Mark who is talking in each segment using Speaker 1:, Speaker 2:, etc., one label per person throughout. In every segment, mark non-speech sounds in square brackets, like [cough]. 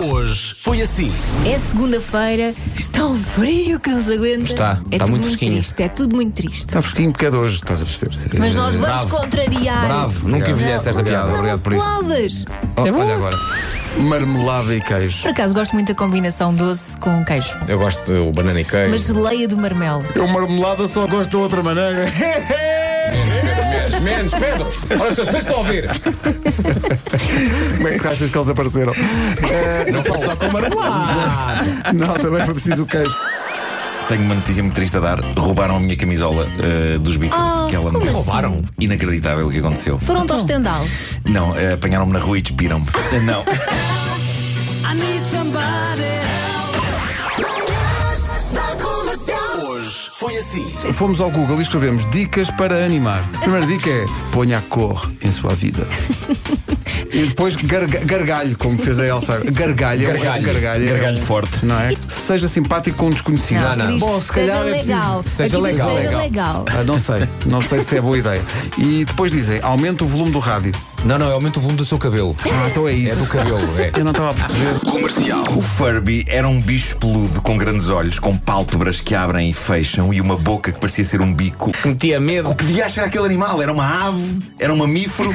Speaker 1: Hoje foi assim.
Speaker 2: É segunda-feira, está um frio que não se aguenta.
Speaker 1: Está,
Speaker 2: é
Speaker 1: está
Speaker 2: tudo
Speaker 1: muito fresquinho.
Speaker 2: triste, é tudo muito triste.
Speaker 3: Está fresquinho porque é de hoje, estás a perceber? Eh,
Speaker 2: Mas nós vamos
Speaker 1: bravo.
Speaker 2: contrariar.
Speaker 1: Bravo, nunca
Speaker 3: Obrigado.
Speaker 1: envelhece esta piada.
Speaker 2: Não
Speaker 1: Obrigado por isso.
Speaker 2: aplaudas.
Speaker 1: Oh,
Speaker 2: É bom?
Speaker 1: olha agora.
Speaker 3: Marmelada e queijo.
Speaker 2: Por acaso gosto muito da combinação doce com queijo,
Speaker 1: Eu gosto do banana e queijo.
Speaker 2: mas geleia de marmelo.
Speaker 3: Eu marmelada só gosto da outra maneira.
Speaker 1: Menos, menos, Pedro! Olha, estas vezes estão a ouvir!
Speaker 3: [laughs] Como é que achas que eles apareceram?
Speaker 1: Eh, Não falo só com marmelada!
Speaker 3: Não, também foi preciso o queijo.
Speaker 4: Tenho uma notícia muito triste a dar. Roubaram a minha camisola uh, dos Beatles.
Speaker 2: Ah,
Speaker 4: que ela me
Speaker 2: como
Speaker 4: deu.
Speaker 2: assim?
Speaker 1: Roubaram?
Speaker 4: Inacreditável o que aconteceu.
Speaker 3: Então.
Speaker 2: Foram-te ao estendal.
Speaker 4: Não, uh, apanharam-me na rua e despiram-me. Uh, Não.
Speaker 5: I need somebody.
Speaker 1: Hoje foi assim.
Speaker 3: Fomos ao Google e escrevemos dicas para animar. A primeira dica é ponha a cor em sua vida.
Speaker 2: [laughs]
Speaker 3: E depois garga- gargalho, como fez a Elsa. Gargalho.
Speaker 1: Gargalho.
Speaker 3: gargalho.
Speaker 4: Gargalho forte.
Speaker 3: Não é? Seja simpático com um desconhecido.
Speaker 1: Não, não.
Speaker 2: diz,
Speaker 3: Bom, se calhar
Speaker 2: seja
Speaker 3: é preciso-
Speaker 2: legal.
Speaker 1: seja
Speaker 2: Aqui diz,
Speaker 1: legal.
Speaker 2: Seja
Speaker 1: Legal.
Speaker 2: legal.
Speaker 3: Ah, não sei. Não sei se é boa ideia. E depois dizem, aumenta o volume do rádio.
Speaker 1: Não, não, é aumenta o volume do seu cabelo.
Speaker 3: Ah, então é
Speaker 1: É
Speaker 3: isso.
Speaker 1: do cabelo, é.
Speaker 3: Eu não estava a perceber.
Speaker 4: O Furby era um bicho peludo com grandes olhos, com pálpebras que abrem e fecham e uma boca que parecia ser um bico.
Speaker 1: Que metia medo.
Speaker 4: O que diacho era aquele animal? Era uma ave? Era
Speaker 2: [laughs]
Speaker 4: um mamífero?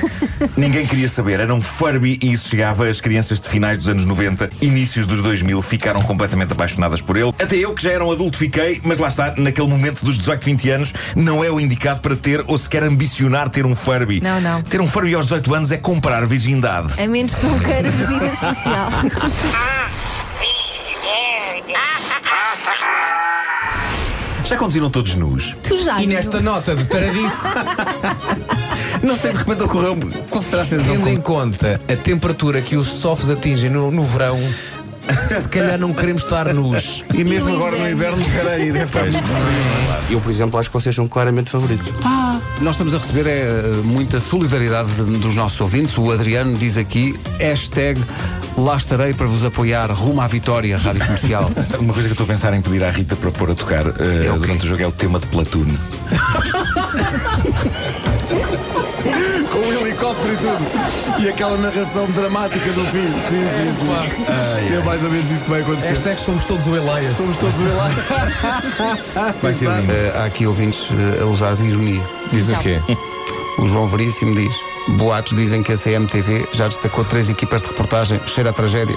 Speaker 4: Ninguém queria saber. Era um Furby e isso chegava. As crianças de finais dos anos 90, inícios dos 2000, ficaram completamente apaixonadas por ele. Até eu, que já era um adulto, fiquei, mas lá está, naquele momento dos 18, 20 anos, não é o indicado para ter ou sequer ambicionar ter um Furby.
Speaker 2: Não, não.
Speaker 4: Ter um Furby aos 18 anos é comprar virgindade.
Speaker 2: A menos que não queiras vida social.
Speaker 3: [laughs]
Speaker 4: Já conduziram todos nus?
Speaker 2: Tu já.
Speaker 1: E nesta nota de taradice,
Speaker 4: Não sei, de repente ocorreu-me. Qual será a sensação?
Speaker 1: tendo em conta a temperatura que os sofos atingem no, no verão, se calhar não queremos estar nus.
Speaker 3: E mesmo
Speaker 2: no
Speaker 3: agora
Speaker 2: inverno?
Speaker 3: no inverno, peraí, deve estar muito
Speaker 6: Eu, por exemplo, acho que vocês são claramente favoritos.
Speaker 3: Nós estamos a receber é, muita solidariedade de- dos nossos ouvintes. O Adriano diz aqui, hashtag lá estarei para vos apoiar rumo à vitória, Rádio Comercial.
Speaker 4: Uma coisa que eu estou a pensar em pedir à Rita para pôr a tocar eh,
Speaker 3: É o quê?
Speaker 4: durante o jogo é o tema de Platoon.
Speaker 3: [laughs] Com o helicóptero e tudo. E aquela narração dramática do fim. Sim, sim, sim. é mais ou menos isso que vai acontecer.
Speaker 1: Esta é que somos todos o Elias.
Speaker 3: todos lá.
Speaker 4: Vai ser lindo.
Speaker 3: há aqui ouvintes eh, a usar de ironia.
Speaker 1: Diz o quê?
Speaker 3: O João Veríssimo diz. Boatos dizem que a CMTV já destacou três equipas de reportagem. Cheira a tragédia.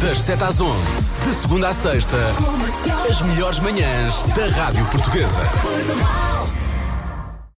Speaker 7: Das 7 às 11, de segunda à sexta, as melhores manhãs da Rádio Portuguesa.
Speaker 5: Portugal.